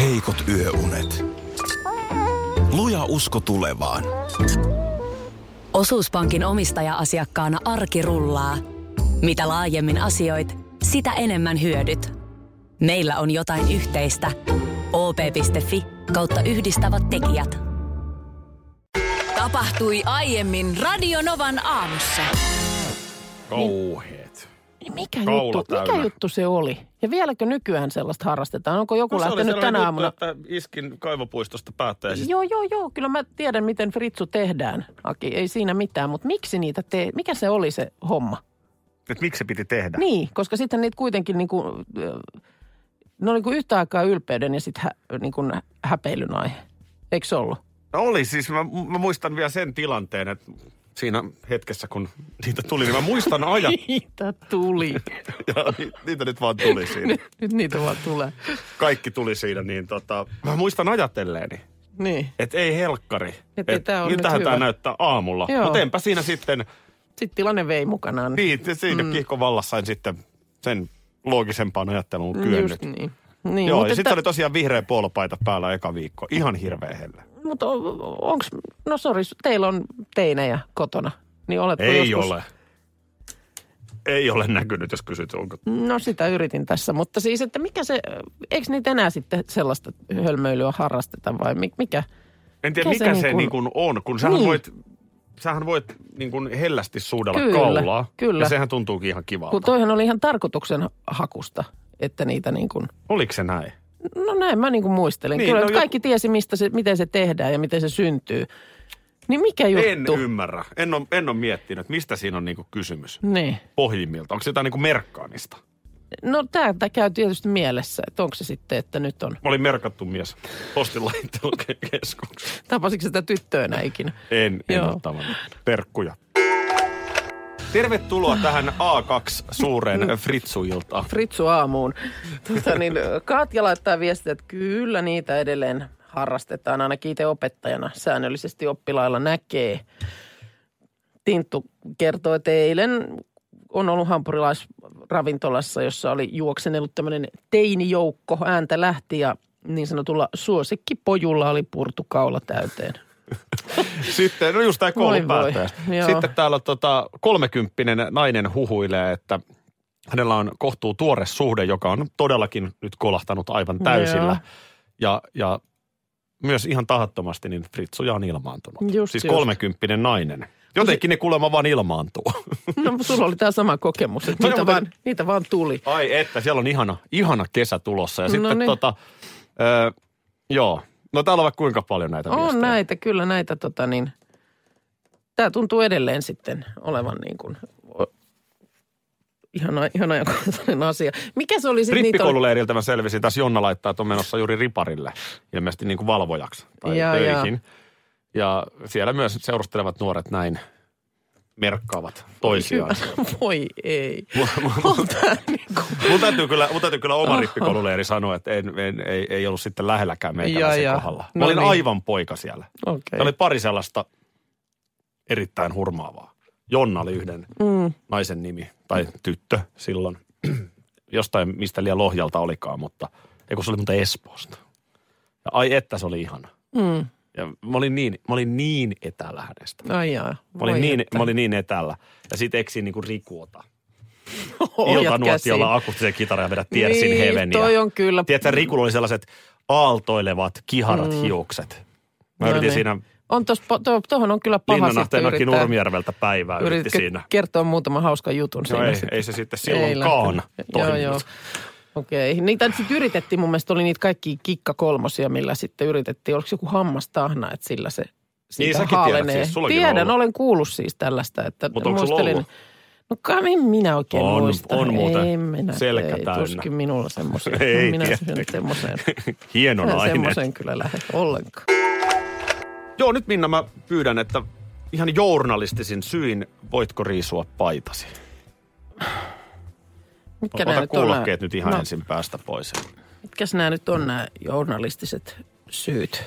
heikot yöunet. Luja usko tulevaan. Osuuspankin omistaja-asiakkaana arki rullaa. Mitä laajemmin asioit, sitä enemmän hyödyt. Meillä on jotain yhteistä. op.fi kautta yhdistävät tekijät. Tapahtui aiemmin Radionovan aamussa. Kauheet. Niin Mikä Kaula juttu, mikä täynnä. juttu se oli? Ja vieläkö nykyään sellaista harrastetaan? Onko joku No se oli lähtenyt sellainen tänä juttu, aamuna? että iskin kaivopuistosta siis- päättäjäisistä. Joo, joo, joo. Kyllä mä tiedän, miten fritsu tehdään, Aki. Ei siinä mitään, mutta miksi niitä te... Mikä se oli se homma? Että miksi se piti tehdä? Niin, koska sitten niitä kuitenkin niin kuin, ne oli niin kuin yhtä aikaa ylpeyden ja sitten hä, niin kuin häpeilyn aihe. Eikö se ollut? Oli siis, mä, mä muistan vielä sen tilanteen, että siinä hetkessä, kun niitä tuli, niin mä muistan ajat. Niitä tuli. ja ni- niitä nyt vaan tuli siinä. nyt, nyt niitä vaan tulee. Kaikki tuli siinä, niin tota, mä muistan ajatelleeni, Niin. että ei helkkari. Että ei tää ole nyt miltähän tämä hyvä. näyttää aamulla. Joo. Mutta enpä siinä sitten, Sitten tilanne vei mukanaan. niin, te- siinä mm. kihkovallassain sitten sen loogisempaan ajatteluun kyennyt. Just niin. Niin, Joo, mutta ja sitten että- oli tosiaan vihreä puolopaita päällä eka viikko. Ihan hirveä helle. Mutta on- onks, no sori, teillä on teinejä kotona. Niin oletko Ei joskus, ole. Ei ole näkynyt, jos kysyt, onko... No sitä yritin tässä, mutta siis, että mikä se, eikö niitä enää sitten sellaista hölmöilyä harrasteta vai mi- mikä? En tiedä, Mikä mikä, se se, niin niin kuin- kuin on, kun sähän Niin. voit, sähän voit niin kuin hellästi suudella Kyllä, kaulaa. kyllä. Ja sehän tuntuukin ihan kivalta. Kun To... toihan oli ihan tarkoituksen hakusta, että niitä niin kuin, Oliko se näin? no näin mä niin kuin muistelin. Niin, Kyllä no no, joku- kaikki tiesi, mistä se, miten se tehdään ja miten se syntyy. Niin mikä juttu? En ymmärrä. En ole, en ole miettinyt, mistä siinä on niin kuin kysymys Niin. pohjimmilta. Onko se jotain niin kuin merkkaamista? No tämä käy tietysti mielessä, että onko se sitten, että nyt on. Mä olin merkattu mies postilaittelukeskuksessa. Tapasitko sitä tyttöönä ikinä? En, en Joo. ole tavannut. Perkkuja. Tervetuloa tähän A2 Mm. suureen fritsuiltaan. Fritsu aamuun. Tota, niin, Katja laittaa viestiä, että kyllä niitä edelleen harrastetaan, ainakin itse opettajana säännöllisesti oppilailla näkee. Tinttu kertoo, että eilen on ollut hampurilaisravintolassa, jossa oli juoksenellut tämmöinen teinijoukko, ääntä lähti ja niin sanotulla suosikkipojulla oli purtukaula täyteen. Sitten, no just tämä koulun Voi voi, päättäjä. joo. Sitten täällä tota, kolmekymppinen nainen huhuilee, että hänellä on kohtuu tuore suhde, joka on todellakin nyt kolahtanut aivan täysillä. Joo. Ja, ja myös ihan tahattomasti niin fritsuja on ilmaantunut. Just, siis just. kolmekymppinen nainen. Jotenkin ne kuulemma vaan ilmaantuu. No sulla oli tämä sama kokemus, että Toi on niitä muuten- vaan, niitä vaan tuli. Ai että, siellä on ihana, ihana kesä tulossa. Ja No sitten niin. tota, ö, joo. No täällä on vaikka kuinka paljon näitä On viestejä. näitä, kyllä näitä tota niin, tämä tuntuu edelleen sitten olevan niin kuin, o- ihana, ihana ja kohtainen asia. Mikä se oli sitten? niitä oli- Rippikoululeiriltä mä selvisin. Tässä Jonna laittaa, että on menossa juuri riparille, ilmeisesti niin kuin valvojaksi tai Jaa, töihin. Ja siellä myös seurustelevat nuoret näin merkkaavat toisiaan. Voi ei. niinku- Mun- mun, täytyy kyllä, mun täytyy kyllä oma rippikoululeiri sanoa, että en, en, ei, ei ollut sitten lähelläkään Jaa, meikäläisen jaa. kohdalla. Mä No olin niin. aivan poika siellä. Okei. Se oli pari sellaista erittäin hurmaavaa. Jonna oli yhden mm. naisen nimi, tai tyttö silloin. Jostain, mistä liian Lohjalta olikaan, mutta ei kun se oli muuten Espoosta. Ja ai että se oli ihana. Mm. Ja mä olin niin, mä olin niin etäällä hänestä. Ai jaa. Mä olin, voi niin, että. mä olin niin etäällä. Ja sit eksin niinku rikuota. Ohjat Iltanuotiolla käsiin. akustisen kitaran ja vedät tiersin Niin, heveniä. toi on kyllä- Tiedätkö, Rikulla oli sellaiset aaltoilevat, kiharat mm. hiukset. Mä No yritin niin. siinä On tos, po- to, tohon on kyllä paha sitten Linnanahteen yrittää. Nurmijärveltä päivää yritti Yrititkö siinä. kertoa muutaman hauskan jutun No siinä ei, sitten? ei se sitten Ei silloinkaan lähtenyt. Joo, toiminut. joo. Okei. Niin Niitä sitten yritettiin, mun mielestä oli niitä kaikki kikka kolmosia, millä sitten yritettiin. Oliko joku hammastahna, että sillä se siitä säkin tiedät haalenee. siis, sullakin on Tiedän, ollut. olen kuullut siis tällaista. Että Mut onko sulla ollut? No kai en minä oikein On- muista. on muuten. Ei minä, Selkä ei, täynnä. tuskin minulla semmoisia. Ei minä tietenkään. semmoiseen. Hieno Mä en nainen. semmoiseen kyllä lähde ollenkaan. Joo, nyt Minna mä pyydän, että ihan journalistisin syin voitko riisua paitasi. Mitkä nää Ota nyt on nää- kuulokkeet nyt ihan no, ensin päästä pois. Mitkäs nämä nyt on nämä journalistiset syyt?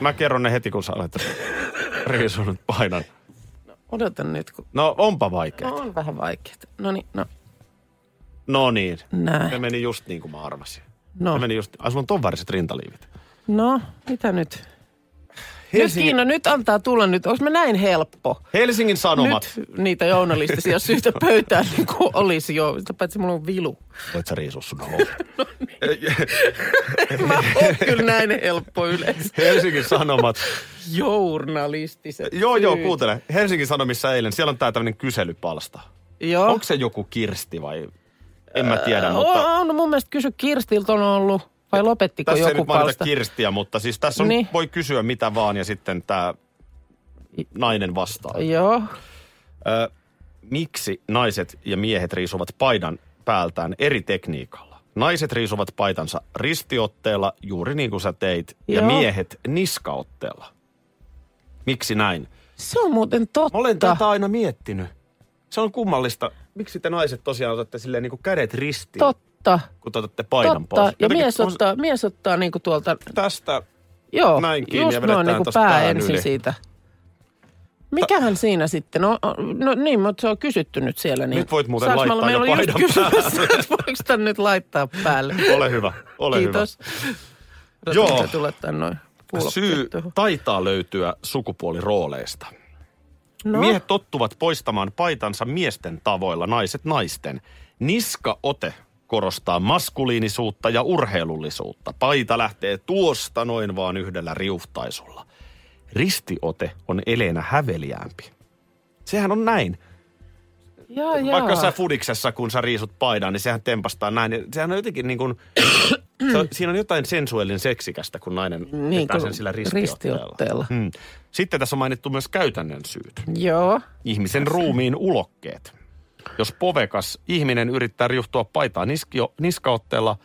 Mä kerron ne heti, kun sä olet riisunut painan. Odotan nyt, kun No onpa vaikea. no, on vähän vaikeaa. No niin, no No niin. näin. Se meni just niin kuin mä arvasin. No. No, meni just, ai sulla on ton väriset rintaliivit. no mitä nyt? Nyt Kiina, nyt antaa tulla nyt. Onko mä näin helppo? Helsingin Sanomat. Nyt. Nyt niitä journalistisia syitä pöytään niin kuin olisi jo. Sitä paitsi mulla on vilu. Voit sä riisua sun housut? Mä oon kyllä näin helppo yleensä. Helsingin Sanomat. Journalistiset joo, joo, syyt. kuuntele. Helsingin Sanomissa eilen, siellä on tää tämmönen kyselypalsta. Joo. Onko se joku Kirsti vai? En mä tiedä, mutta... mutta... On, on mun mielestä kysy Kirstiltä on ollut, vai lopettiko Tässä ei joku nyt mainita palsta? Kirstiä, mutta siis tässä on, Niin. voi kysyä mitä vaan ja sitten tämä nainen vastaa. Joo. Ö, miksi naiset ja miehet riisuvat paidan päältään eri tekniikalla? Naiset riisuvat paitansa ristiotteella, juuri niin kuin sä teit, ja Joo. miehet niskaotteella. Miksi näin? Se on muuten totta. Mä olen tätä aina miettinyt. Se on kummallista. Miksi te naiset tosiaan otatte silleen niin kuin kädet ristiin, Totta, kun te otatte paidan totta. pois? Ja Jotenkin mies on se- ottaa, mies ottaa niinku tuolta, Tästä joo, Näin kiinni just ja noin vedetään niinku tosta pää pään ensin yli. siitä. Mikähän siinä sitten? No, no niin, mutta se on kysytty nyt siellä. Niin. Nyt voit muuten Saanko laittaa meillä jo oli just paidan kysymässä, että voiko tämän nyt laittaa päälle. Ole hyvä, ole Kiitos. Hyvä. Joo. Joo. Tulee tän noin hyvä. kuulokkeet Syy tuohon. taitaa löytyä sukupuolirooleista. No. No. Miehet tottuvat poistamaan paitansa miesten tavoilla, naiset naisten. Niskaote korostaa maskuliinisuutta ja urheilullisuutta. Paita lähtee tuosta noin vaan yhdellä riuhtaisulla. Ristiote on eleenä häveliäämpi. Sehän on näin. Jaa, jaa. Vaikka sä fudiksessa, kun sä riisut paidan, niin sehän tempastaa näin. Ja Sehän on jotenkin niin kuin, se, on- siinä on jotain sensuellin seksikästä, kun nainen Niin, niin, kun sen sillä ristiotteella. ristiotteella. Mm. Sitten tässä on mainittu myös käytännön syyt. Joo. Ihmisen ruumiin ulokkeet. Jos povekas ihminen yrittää riuhtua paitaa niskio, niskaotteella,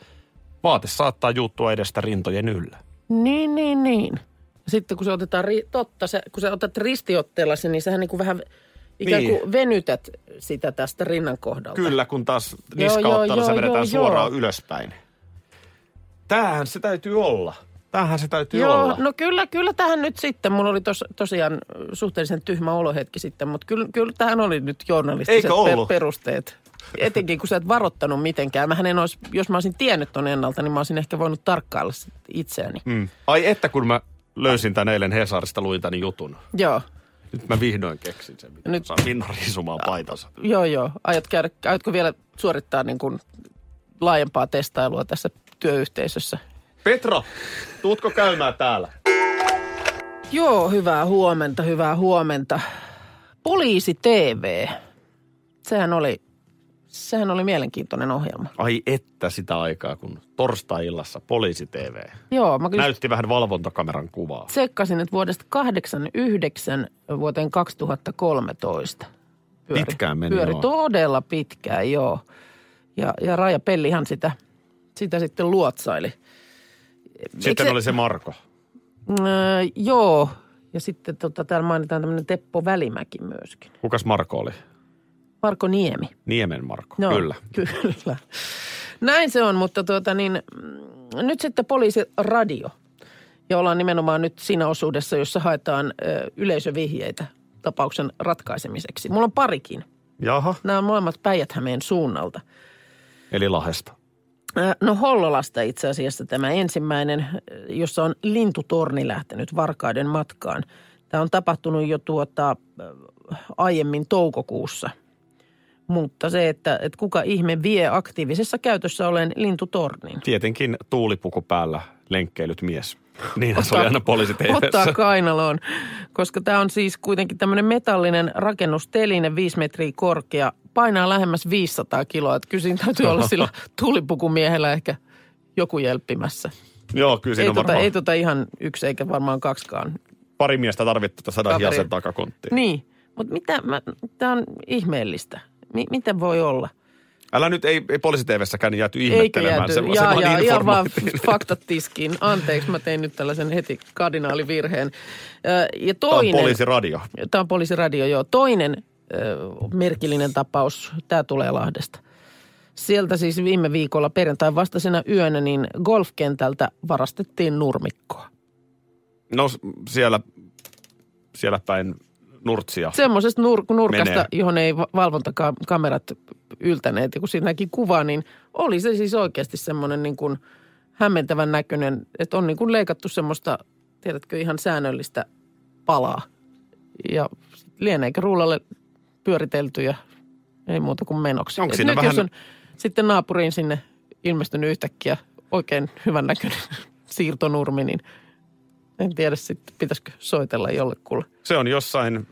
vaate saattaa juuttua edestä rintojen yllä. Niin, niin, niin. Sitten kun se otetaan, ri- totta, se, kun sä otat ristiotteella sen, niin sähän niin kuin vähän ikään kuin Niin. venytät sitä tästä rinnan kohdalta. Kyllä, kun taas joo, niskaotteella se joo, vedetään joo, suoraan joo. ylöspäin. Tämähän se täytyy olla. Tämähän se täytyy Joo, olla. no kyllä, kyllä tähän nyt sitten. Mulla oli tos, tosiaan suhteellisen tyhmä olohetki sitten, mutta kyllä, kyllä tähän oli nyt journalistiset Eikö ollut? perusteet. Etenkin kun sä et varottanut mitenkään. Mähän en olisi, jos mä olisin tiennyt ton ennalta, niin mä olisin ehkä voinut tarkkailla sit itseäni. Mm. Mm. Ai että kun mä löysin tän eilen Hesarista, luin tän jutun. Joo, Nyt mä vihdoin keksin sen, miten Nyt- Nyt. saa Minna riisumaan paitansa. joo, joo. Aiot käydä, aiotko vielä suorittaa niin kuin laajempaa testailua tässä työyhteisössä? Petra, tuutko käymään täällä? Joo, hyvää huomenta, hyvää huomenta. Poliisi TV. Sehän oli, sehän oli mielenkiintoinen ohjelma. Ai että sitä aikaa, kun torstai-illassa poliisi TV Joo, mä kyllä näytti vähän valvontakameran kuvaa. tsekkasin, että vuodesta 89 vuoteen 2013 Pitkään meni, pyöri joo. todella pitkään, joo. Ja, ja Raija Pellihan sitä, sitä sitten luotsaili. Sitten se- oli se Marko. Öö, joo, ja sitten tota, täällä mainitaan tämmöinen Teppo Välimäki myöskin. Kukas Marko oli? Marko Niemi. Niemen Marko, no. kyllä. Kyllä. Näin se on, mutta tuota niin, mm, nyt sitten poliisiradio. Ja ollaan nimenomaan nyt siinä osuudessa, jossa haetaan ö, yleisövihjeitä tapauksen ratkaisemiseksi. Mulla on parikin. Jaha. Nämä on molemmat päijät suunnalta. Eli Lahesta. Ö, No Hollolasta itse asiassa tämä ensimmäinen, ö, jossa on lintutorni lähtenyt varkaiden matkaan. Tämä on tapahtunut jo tuota ö, aiemmin toukokuussa. Mutta se, että, että kuka ihme vie aktiivisessa käytössä olen lintutornin. Tietenkin tuulipuku päällä lenkkeilyt mies. Niinhän se Ottaa- oli aina poliisi Ottaa TV:ssä. kainaloon, koska tämä on siis kuitenkin tämmöinen metallinen rakennusteline, 5 metriä korkea, painaa lähemmäs 500 kiloa. Että kyllä siinä täytyy olla sillä tulipukumiehellä ehkä joku jelppimässä. Joo, kyllä siinä ei, on tota, no varmaan ei tota ihan yksi eikä varmaan kaksikaan. pari miestä tarvittu tätä sadan Kaveri. hiasen takakonttiin. Niin, mutta mitä, tämä on ihmeellistä. Mi- miten voi olla? Älä nyt, ei, ei poliisi TV:ssäkään jääty ihmettelemään. Se, se Jaa, vaan jaa, ihan vaan informoitiin. faktat tiskiin. Anteeksi, mä tein nyt tällaisen heti kardinaalivirheen. Ö, Ja Tämä on toinen, poliisiradio. Tämä on poliisiradio, joo. Toinen ö, merkillinen tapaus, tämä tulee Lahdesta. Sieltä siis viime viikolla perjantain vastaisena yönä niin golfkentältä varastettiin nurmikkoa. No s- siellä, siellä päin nurtsia. Semmoisesta nur- nurkasta, Menee. Menee. johon ei va- valvontakamerat yltäneet. Ja kun siinä näki kuvaa, niin oli se siis oikeasti semmoinen niin kuin hämmentävän näköinen, että on niin kuin leikattu semmoista, tiedätkö, ihan säännöllistä palaa. Ja sit lieneekö rullalle pyöritelty ja ei muuta kuin menoksi. Onko Et siinä nyt vähän- jos on sitten naapuriin sinne ilmestynyt yhtäkkiä oikein hyvän näköinen siirtonurmi, niin en tiedä sitten, pitäisikö soitella jollekulle. Se on jossain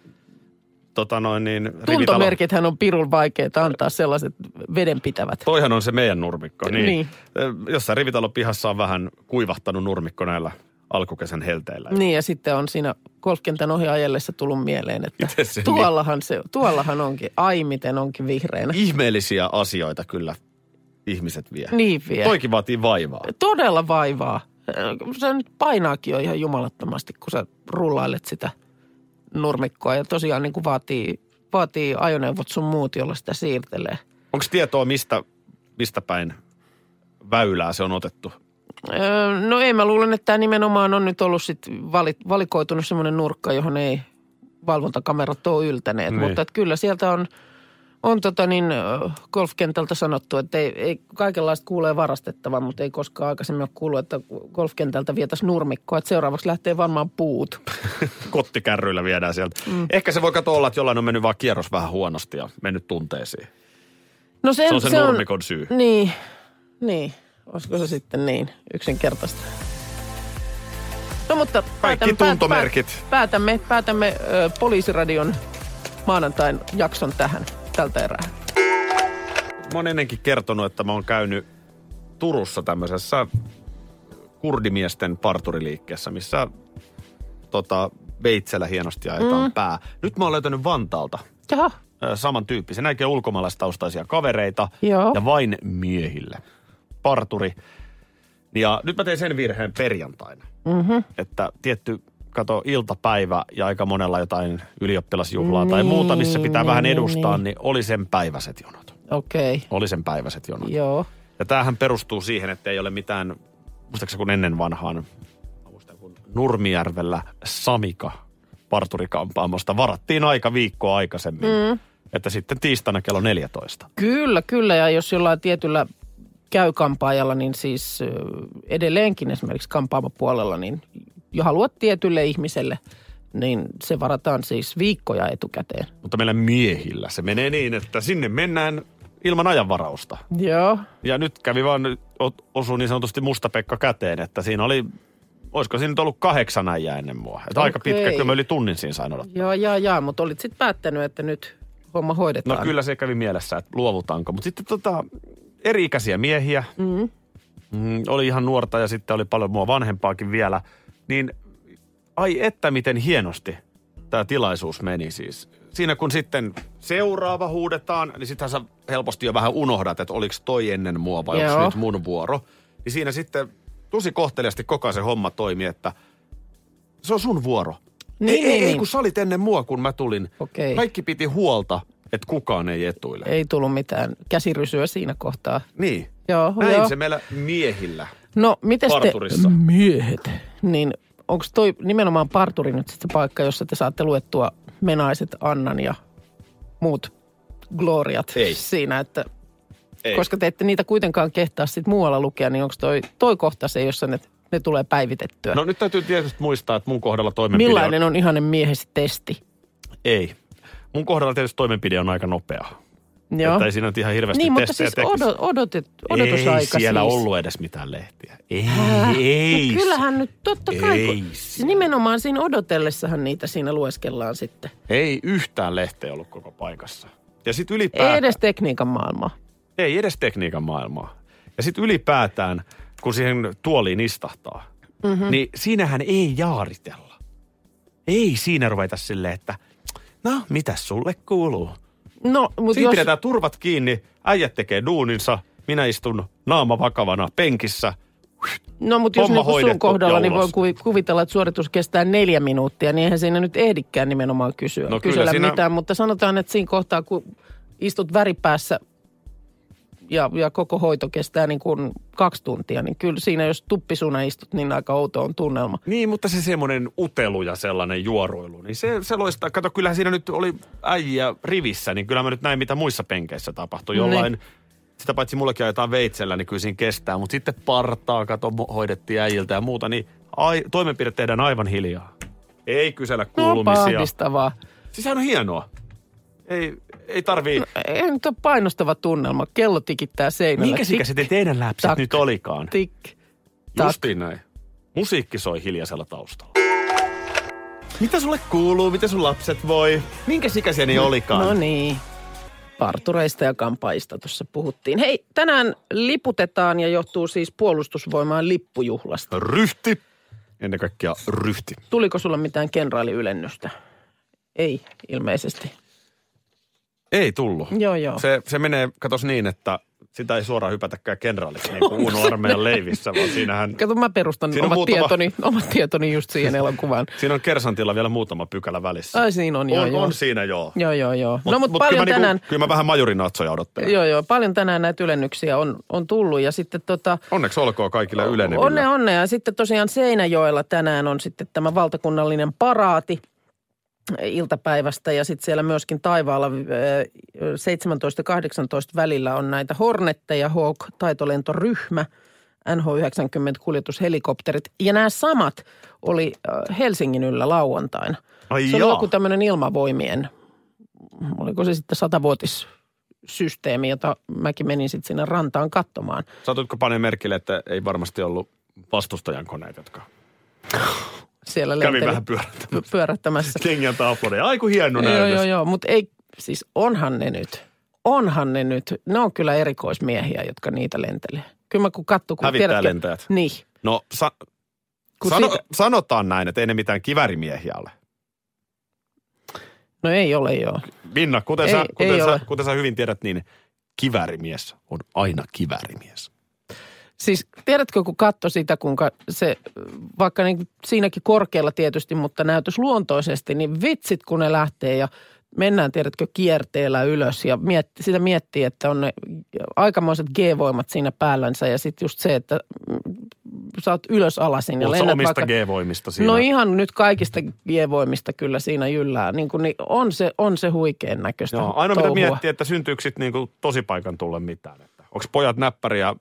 tota noin niin, rivitalo- Tuntomerkithän on pirun vaikeita antaa sellaiset vedenpitävät. Toihan on se meidän nurmikko. Niin. Niin. niin. Jossain rivitalon pihassa on vähän kuivahtanut nurmikko näillä alkukesän helteillä. Niin ja sitten on siinä golfkentän ohi ajellessa tullut mieleen, että Miten se niin? tuollahan, se, tuollahan onkin, ai miten onkin vihreänä. Ihmeellisiä asioita kyllä ihmiset vie. Niin vielä. Toikin vaatii vaivaa. Todella vaivaa. Se nyt painaakin jo ihan jumalattomasti, kun sä rullailet sitä nurmikkoa ja tosiaan niin kuin vaatii, vaatii ajoneuvot sun muut, jolla sitä siirtelee. Onko tietoa, mistä, mistä päin väylää se on otettu? Öö, No ei, mä luulen, että tämä nimenomaan on nyt ollut sit vali, valikoitunut semmoinen nurkka, johon ei valvontakamerat ole yltäneet. Niin. Mutta et kyllä sieltä on, on tota niin, ö, golfkentältä sanottu, että ei, ei kaikenlaista kuulee varastettavan, mutta ei koskaan aikaisemmin ole kuullut, että golfkentältä vietäisiin nurmikkoa. Et seuraavaksi lähtee varmaan puut. Kottikärryillä viedään sieltä. Mm. Ehkä se voi katsoa olla, että jollain on mennyt vaan kierros vähän huonosti ja mennyt tunteisiin. No Se on sen nurmikon syy. Niin, niin. Olisiko se sitten niin yksinkertaista? No mutta päätämme, tuntomerkit. päät- päätämme, päätämme ö, Poliisiradion maanantain jakson tähän tältä erää. Mä oon ennenkin kertonut, että mä oon käynyt Turussa tämmöisessä kurdimiesten parturiliikkeessä, missä tota, veitsellä hienosti ajetaan mm. pää. Nyt mä oon löytänyt Vantaalta Jaha, ö, samantyyppisen, näinkin ulkomaalaistaustaisia kavereita Joo. ja vain miehille. Parturi. Ja nyt mä tein sen virheen perjantaina, mm-hmm. että tietty kato iltapäivä ja aika monella jotain ylioppilasjuhlaa niin, tai muuta, missä pitää niin, vähän niin, edustaa, niin. niin oli sen päiväiset jonot. okei. Okay. Oli sen päiväiset jonot. Joo. Ja tämähän perustuu siihen, että ei ole mitään, muistaakseni kun ennen vanhaan, mä muistan, kun Nurmijärvellä Samika parturikampaamosta varattiin aika viikkoa aikaisemmin. Mm. Että sitten tiistaina kello 14. Kyllä, kyllä. Ja jos jollain tietyllä käy kampaajalla, niin siis ö, edelleenkin esimerkiksi kampaamopuolella, niin jo haluat tietylle ihmiselle, niin se varataan siis viikkoja etukäteen. Mutta meillä miehillä se menee niin, että sinne mennään ilman ajanvarausta. Joo. Ja nyt kävi vaan, o- osui niin sanotusti mustapekka käteen, että siinä oli, olisiko siinä nyt ollut kahdeksan äijää ennen mua. Että aika Okei. pitkä, kyllä mä yli tunnin siinä sain olla. Joo, jaa, jaa, mutta olit sitten päättänyt, että nyt homma No hoidetaan. kyllä se kävi mielessä, että luovutaanko. Mutta sitten tota, eri-ikäisiä miehiä. Mm. Mm, oli ihan nuorta ja sitten oli paljon mua vanhempaakin vielä. Niin ai että miten hienosti tämä tilaisuus meni siis. Siinä kun sitten seuraava huudetaan, niin sittenhän sä helposti jo vähän unohdat, että oliko toi ennen mua vai onko Joo. nyt mun vuoro. Niin siinä sitten tosi kohteliasti koko ajan se homma toimi, että se on sun vuoro. Niin, ei, niin, ei, niin. kun sä olit ennen mua, kun mä tulin. Okei. Kaikki piti huolta, että kukaan ei etuile. Ei tullut mitään käsirysyä siinä kohtaa. Niin. Joo, Näin joo. se meillä miehillä. No, mites te Parturissa. miehet, niin onko toi nimenomaan parturi nyt sitten se paikka, jossa te saatte luettua menaiset Annan ja muut gloriat Ei. siinä, että Ei. koska te ette niitä kuitenkaan kehtaa sitten muualla lukea, niin onko toi, toi kohta se, jossa ne, ne tulee päivitettyä? No nyt täytyy tietysti muistaa, että mun kohdalla toimenpide Millainen on ihanen miehesi testi? on... Ei. Mun kohdalla tietysti toimenpide on aika nopea. Joo. Että ei siinä nyt ihan hirveästi Niin, mutta testejä siis tekisi. odot, odotet, odotusaika Ei siellä siis. ollut edes mitään lehtiä. Ei, ei. No kyllähän nyt totta kai, Ei kun siellä. nimenomaan siinä odotellessahan niitä siinä lueskellaan sitten. Ei yhtään lehteä ollut koko paikassa. Ja sitten Ei ylipäätään... edes tekniikan maailmaa. ei edes tekniikan maailmaa. Ja sitten ylipäätään, kun siihen tuoliin istahtaa, mm-hmm. niin siinähän ei jaaritella. Ei siinä ruveta silleen, että no, mitä sulle kuuluu? No, mutta Siinä jos... jos... pidetään turvat kiinni, äijät tekee duuninsa, minä istun naama vakavana penkissä. No, mutta jos Homma niin kuin sun hoidettu kohdalla, ja niin voi ulos. kuvi- kuvitella, että suoritus kestää neljä minuuttia, niin eihän siinä nyt ehdikään nimenomaan kysyä, No kyllä kysellä siinä- mitään. Mutta sanotaan, että siinä kohtaa, kun istut väripäässä ja, ja koko hoito kestää niin kuin kaksi tuntia, niin kyllä siinä, jos tuppisuna istut, niin aika outo on tunnelma. Niin, mutta se semmoinen utelu ja sellainen juoruilu, niin se, se loistaa. Kato, kyllähän siinä nyt oli äijä rivissä, niin kyllä mä nyt näin, mitä muissa penkeissä tapahtui. Jollain sitä paitsi mullakin ajetaan veitsellä, niin kyllä siinä kestää. Mutta sitten partaa, kato, mo- hoidettiin äijiltä ja muuta, niin ai, toimenpide tehdään aivan hiljaa. Ei kysellä No kuulumisia. pahdistavaa. siis sehän on hienoa. Ei, ei tarvii... Ei nyt ole painostava tunnelma. Kello tikittää seinällä. Minkä Tik, sikä sitten teidän läpset tak, nyt olikaan? Tik, tak. Justiin näin. Musiikki soi hiljaisella taustalla. Mitä sulle kuuluu? Miten sun lapset voi? Minkä sikäisiä ne olikaan? No niin. Partureista ja kampaista tuossa puhuttiin. Hei, tänään liputetaan ja johtuu siis puolustusvoimaan lippujuhlasta. Ryhti. Ennen kaikkea ryhti. Tuliko sulla mitään kenraaliylennystä? Ei, ilmeisesti. Ei tullut. Joo, joo. Se, se menee, katos niin, että sitä ei suoraan hypätäkään kenraaliksi, niin kuin Uno armeijan leivissä, vaan siinähän... Kato, mä perustan Siinä on omat, muutama- tietoni, omat tietoni just siihen elokuvaan. Siinä on kersantilla vielä muutama pykälä välissä. Ai siinä on, joo, on, joo. on siinä joo. Joo, joo, joo. no, mutta paljon kyllä mä, tänään... Niinku, kyllä mä vähän majurinatsoja odottelen. Joo, joo. Paljon tänään näitä ylennyksiä on, on tullut ja sitten tota... Onneksi olkoon kaikille yleneville. Onne, onne. Ja sitten tosiaan Seinäjoella tänään on sitten tämä valtakunnallinen paraati iltapäivästä ja sitten siellä myöskin taivaalla äh, 17-18 välillä on näitä Hornetteja, Hawk, taitolentoryhmä, NH90 kuljetushelikopterit ja nämä samat oli äh, Helsingin yllä lauantaina. Ai Se oli jaa. joku tämmöinen ilmavoimien, oliko se sitten satavuotissysteemi, jota mäkin menin sitten sinne rantaan katsomaan. Satutko paneen merkille, että ei varmasti ollut vastustajan koneet, jotka Siellä kävi lenteli- vähän pyörättämään. py- pyörättämässä. Jengi antaa aplodeja. Ai kun hieno joo, näytös. joo, joo, mutta ei, siis onhan ne nyt. Onhan ne nyt. Ne on kyllä erikoismiehiä, jotka niitä lentelee. Kyllä mä kun katso, kun Hävittää tiedätkö- lentäjät. Niin. No sa- Kun sano, siitä- sanotaan näin, että ei ne mitään kivärimiehiä ole. No ei ole joo. Minna, kuten, Ei- sä, kuten, ei ole. sä, kuten sä hyvin tiedät, niin kivärimies on aina kivärimies. Siis tiedätkö, kun katso sitä, kuinka se, vaikka niin siinäkin korkealla tietysti, mutta näytös luontoisesti, niin vitsit kun ne lähtee ja mennään, tiedätkö, kierteellä ylös ja miet, sitä miettii, että on ne aikamoiset G-voimat siinä päällänsä ja sitten just se, että mm, sä oot ylös alasin ja Puhutko sä lennät omista vaikka, G-voimista siinä? No ihan nyt kaikista G-voimista kyllä siinä yllää. Niin kun, niin on, se, on se huikean näköistä Joo, aina mitä touhua. miettii, että syntyykö sitten niinku tosipaikan tulle mitään. Onko pojat näppäriä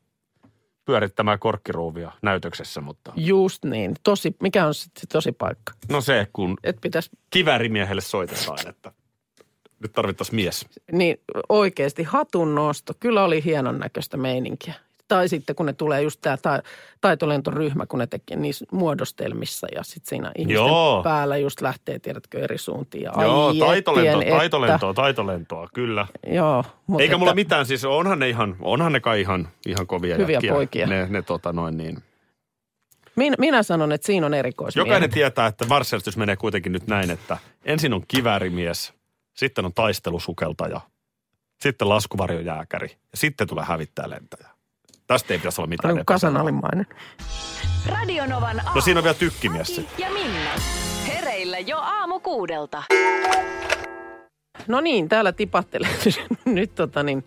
pyörittämään korkkiruuvia näytöksessä, mutta Just niin. Tosi, mikä on sitten se tosi paikka? no se, kun Et pitäisi kivärimiehelle soitetaan, että nyt tarvittaisiin mies. niin oikeasti hatun nosto. Kyllä oli hienon näköistä meininkiä. Tai sitten kun ne tulee just tämä ta- taitolentoryhmä, kun ne tekee niissä muodostelmissa ja sitten siinä ihmisten Joo. päällä just lähtee, tiedätkö, eri suuntiin. Ja Joo, ai taitolentoa, ettien, että- taitolentoa, taitolentoa, kyllä. Joo. Mutta Eikä mulla että- mitään, siis onhan ne ihan, onhan ne kai ihan, ihan kovia Hyviä jätkiä. poikia. Ne, ne tota noin niin. Minä, minä sanon, että siinä on erikoismiehiä. Jokainen tietää, että marssjärjestys menee kuitenkin nyt näin, että ensin on kivärimies, sitten on taistelusukeltaja, sitten laskuvarjojääkäri ja sitten tulee hävittää lentäjä. Tästä ei pitäisi olla mitään Niin kasanalimainen. Radionovan aamu. No siinä on vielä tykkimies sitten. ja Minna. Hereillä jo aamu kuudelta. No niin, täällä tipahtelee nyt tota niin,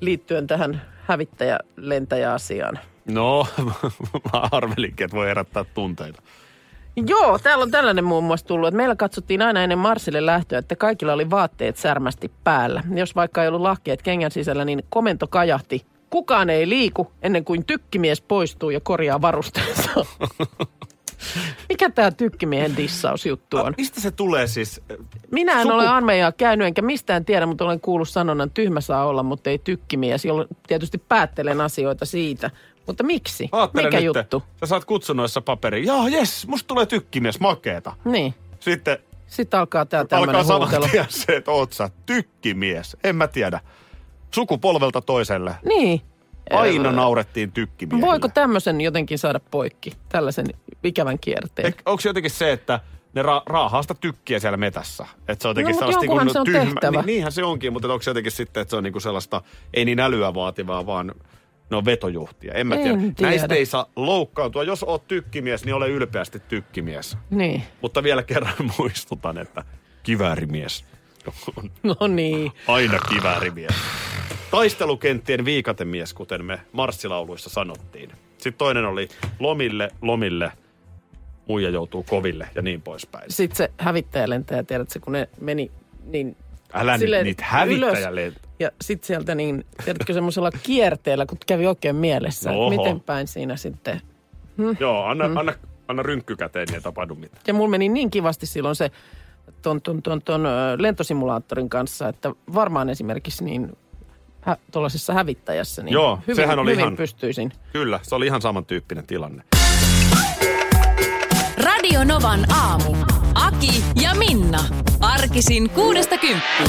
liittyen tähän hävittäjä-lentäjä-asiaan. No, mä arvelinkin, että voi herättää tunteita. Joo, täällä on tällainen muun muassa tullut, että meillä katsottiin aina ennen Marsille lähtöä, että kaikilla oli vaatteet särmästi päällä. Jos vaikka ei ollut lahkeet kengän sisällä, niin komento kajahti. Kukaan ei liiku ennen kuin tykkimies poistuu ja korjaa varusteensa. Mikä tämä tykkimiehen dissausjuttu on? Mistä se tulee siis? Minä en Suku- ole armeijaa käynyt, enkä mistään tiedä, mutta olen kuullut sanonnan, tyhmä saa olla, mutta ei tykkimies, jolloin tietysti päättelen asioita siitä. Mutta miksi? Aattele Mikä nyt, juttu? Sä saat kutsunnoissa paperiin. Joo, jes, musta tulee tykkimies, makeeta. Niin. Sitten Sitten alkaa tämä Alkaa tämmöinen saman huutelu. tien se, että oot sä tykkimies. En mä tiedä. Sukupolvelta toiselle. Niin. Aina Ö, naurettiin tykkimiehelle. Voiko tämmöisen jotenkin saada poikki, tällaisen ikävän kierteen? Onko jotenkin se, että ne ra- raahaa sitä tykkiä siellä metässä? Että se on jotenkin No, mut sellaista jonkunhan niinku se on tehtävä. Ni- niinhän se onkin, mutta onko se jotenkin sitten, että se on niinku sellaista, ei niin älyä vaativaa, vaan ne on vetojuhtia. En mä En tiedä. tiedä. Näistä ei saa loukkaantua. Jos oot tykkimies, niin ole ylpeästi tykkimies. Niin. Mutta vielä kerran muistutan, että kiväärimies on No niin. Aina kiväärimies. Taistelukenttien viikatemies, kuten me marssilauluissa sanottiin. Sitten toinen oli lomille, lomille, muija joutuu koville ja niin poispäin. Sitten se hävittäjälentäjä, tiedätkö, kun ne meni niin Älä nyt silleen niitä ylös. hävittäjälle. Ja sitten sieltä niin, tiedätkö semmoisella kierteellä, kun kävi oikein mielessä, että Oho. miten päin siinä sitten. Joo, anna, anna, anna rynkky käteen, niin ei tapahdu mitään. Ja mulla meni niin kivasti silloin se ton, ton, ton, ton ö, lentosimulaattorin kanssa, että varmaan esimerkiksi niin hä, tuollaisessa hävittäjässä, niin Joo, hyvin, sehän oli hyvin ihan- pystyisin. Kyllä, se oli ihan samantyyppinen tilanne. Radio Novan aamu. Aki ja Minna. Arkisin kuudesta kymppiin.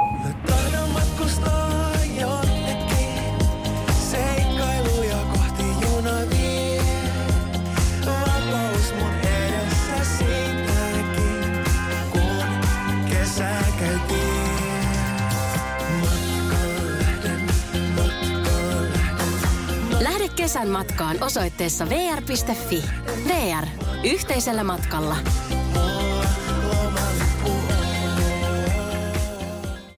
Lähde kesän matkaan osoitteessa vr.fi. VR. Yhteisellä matkalla.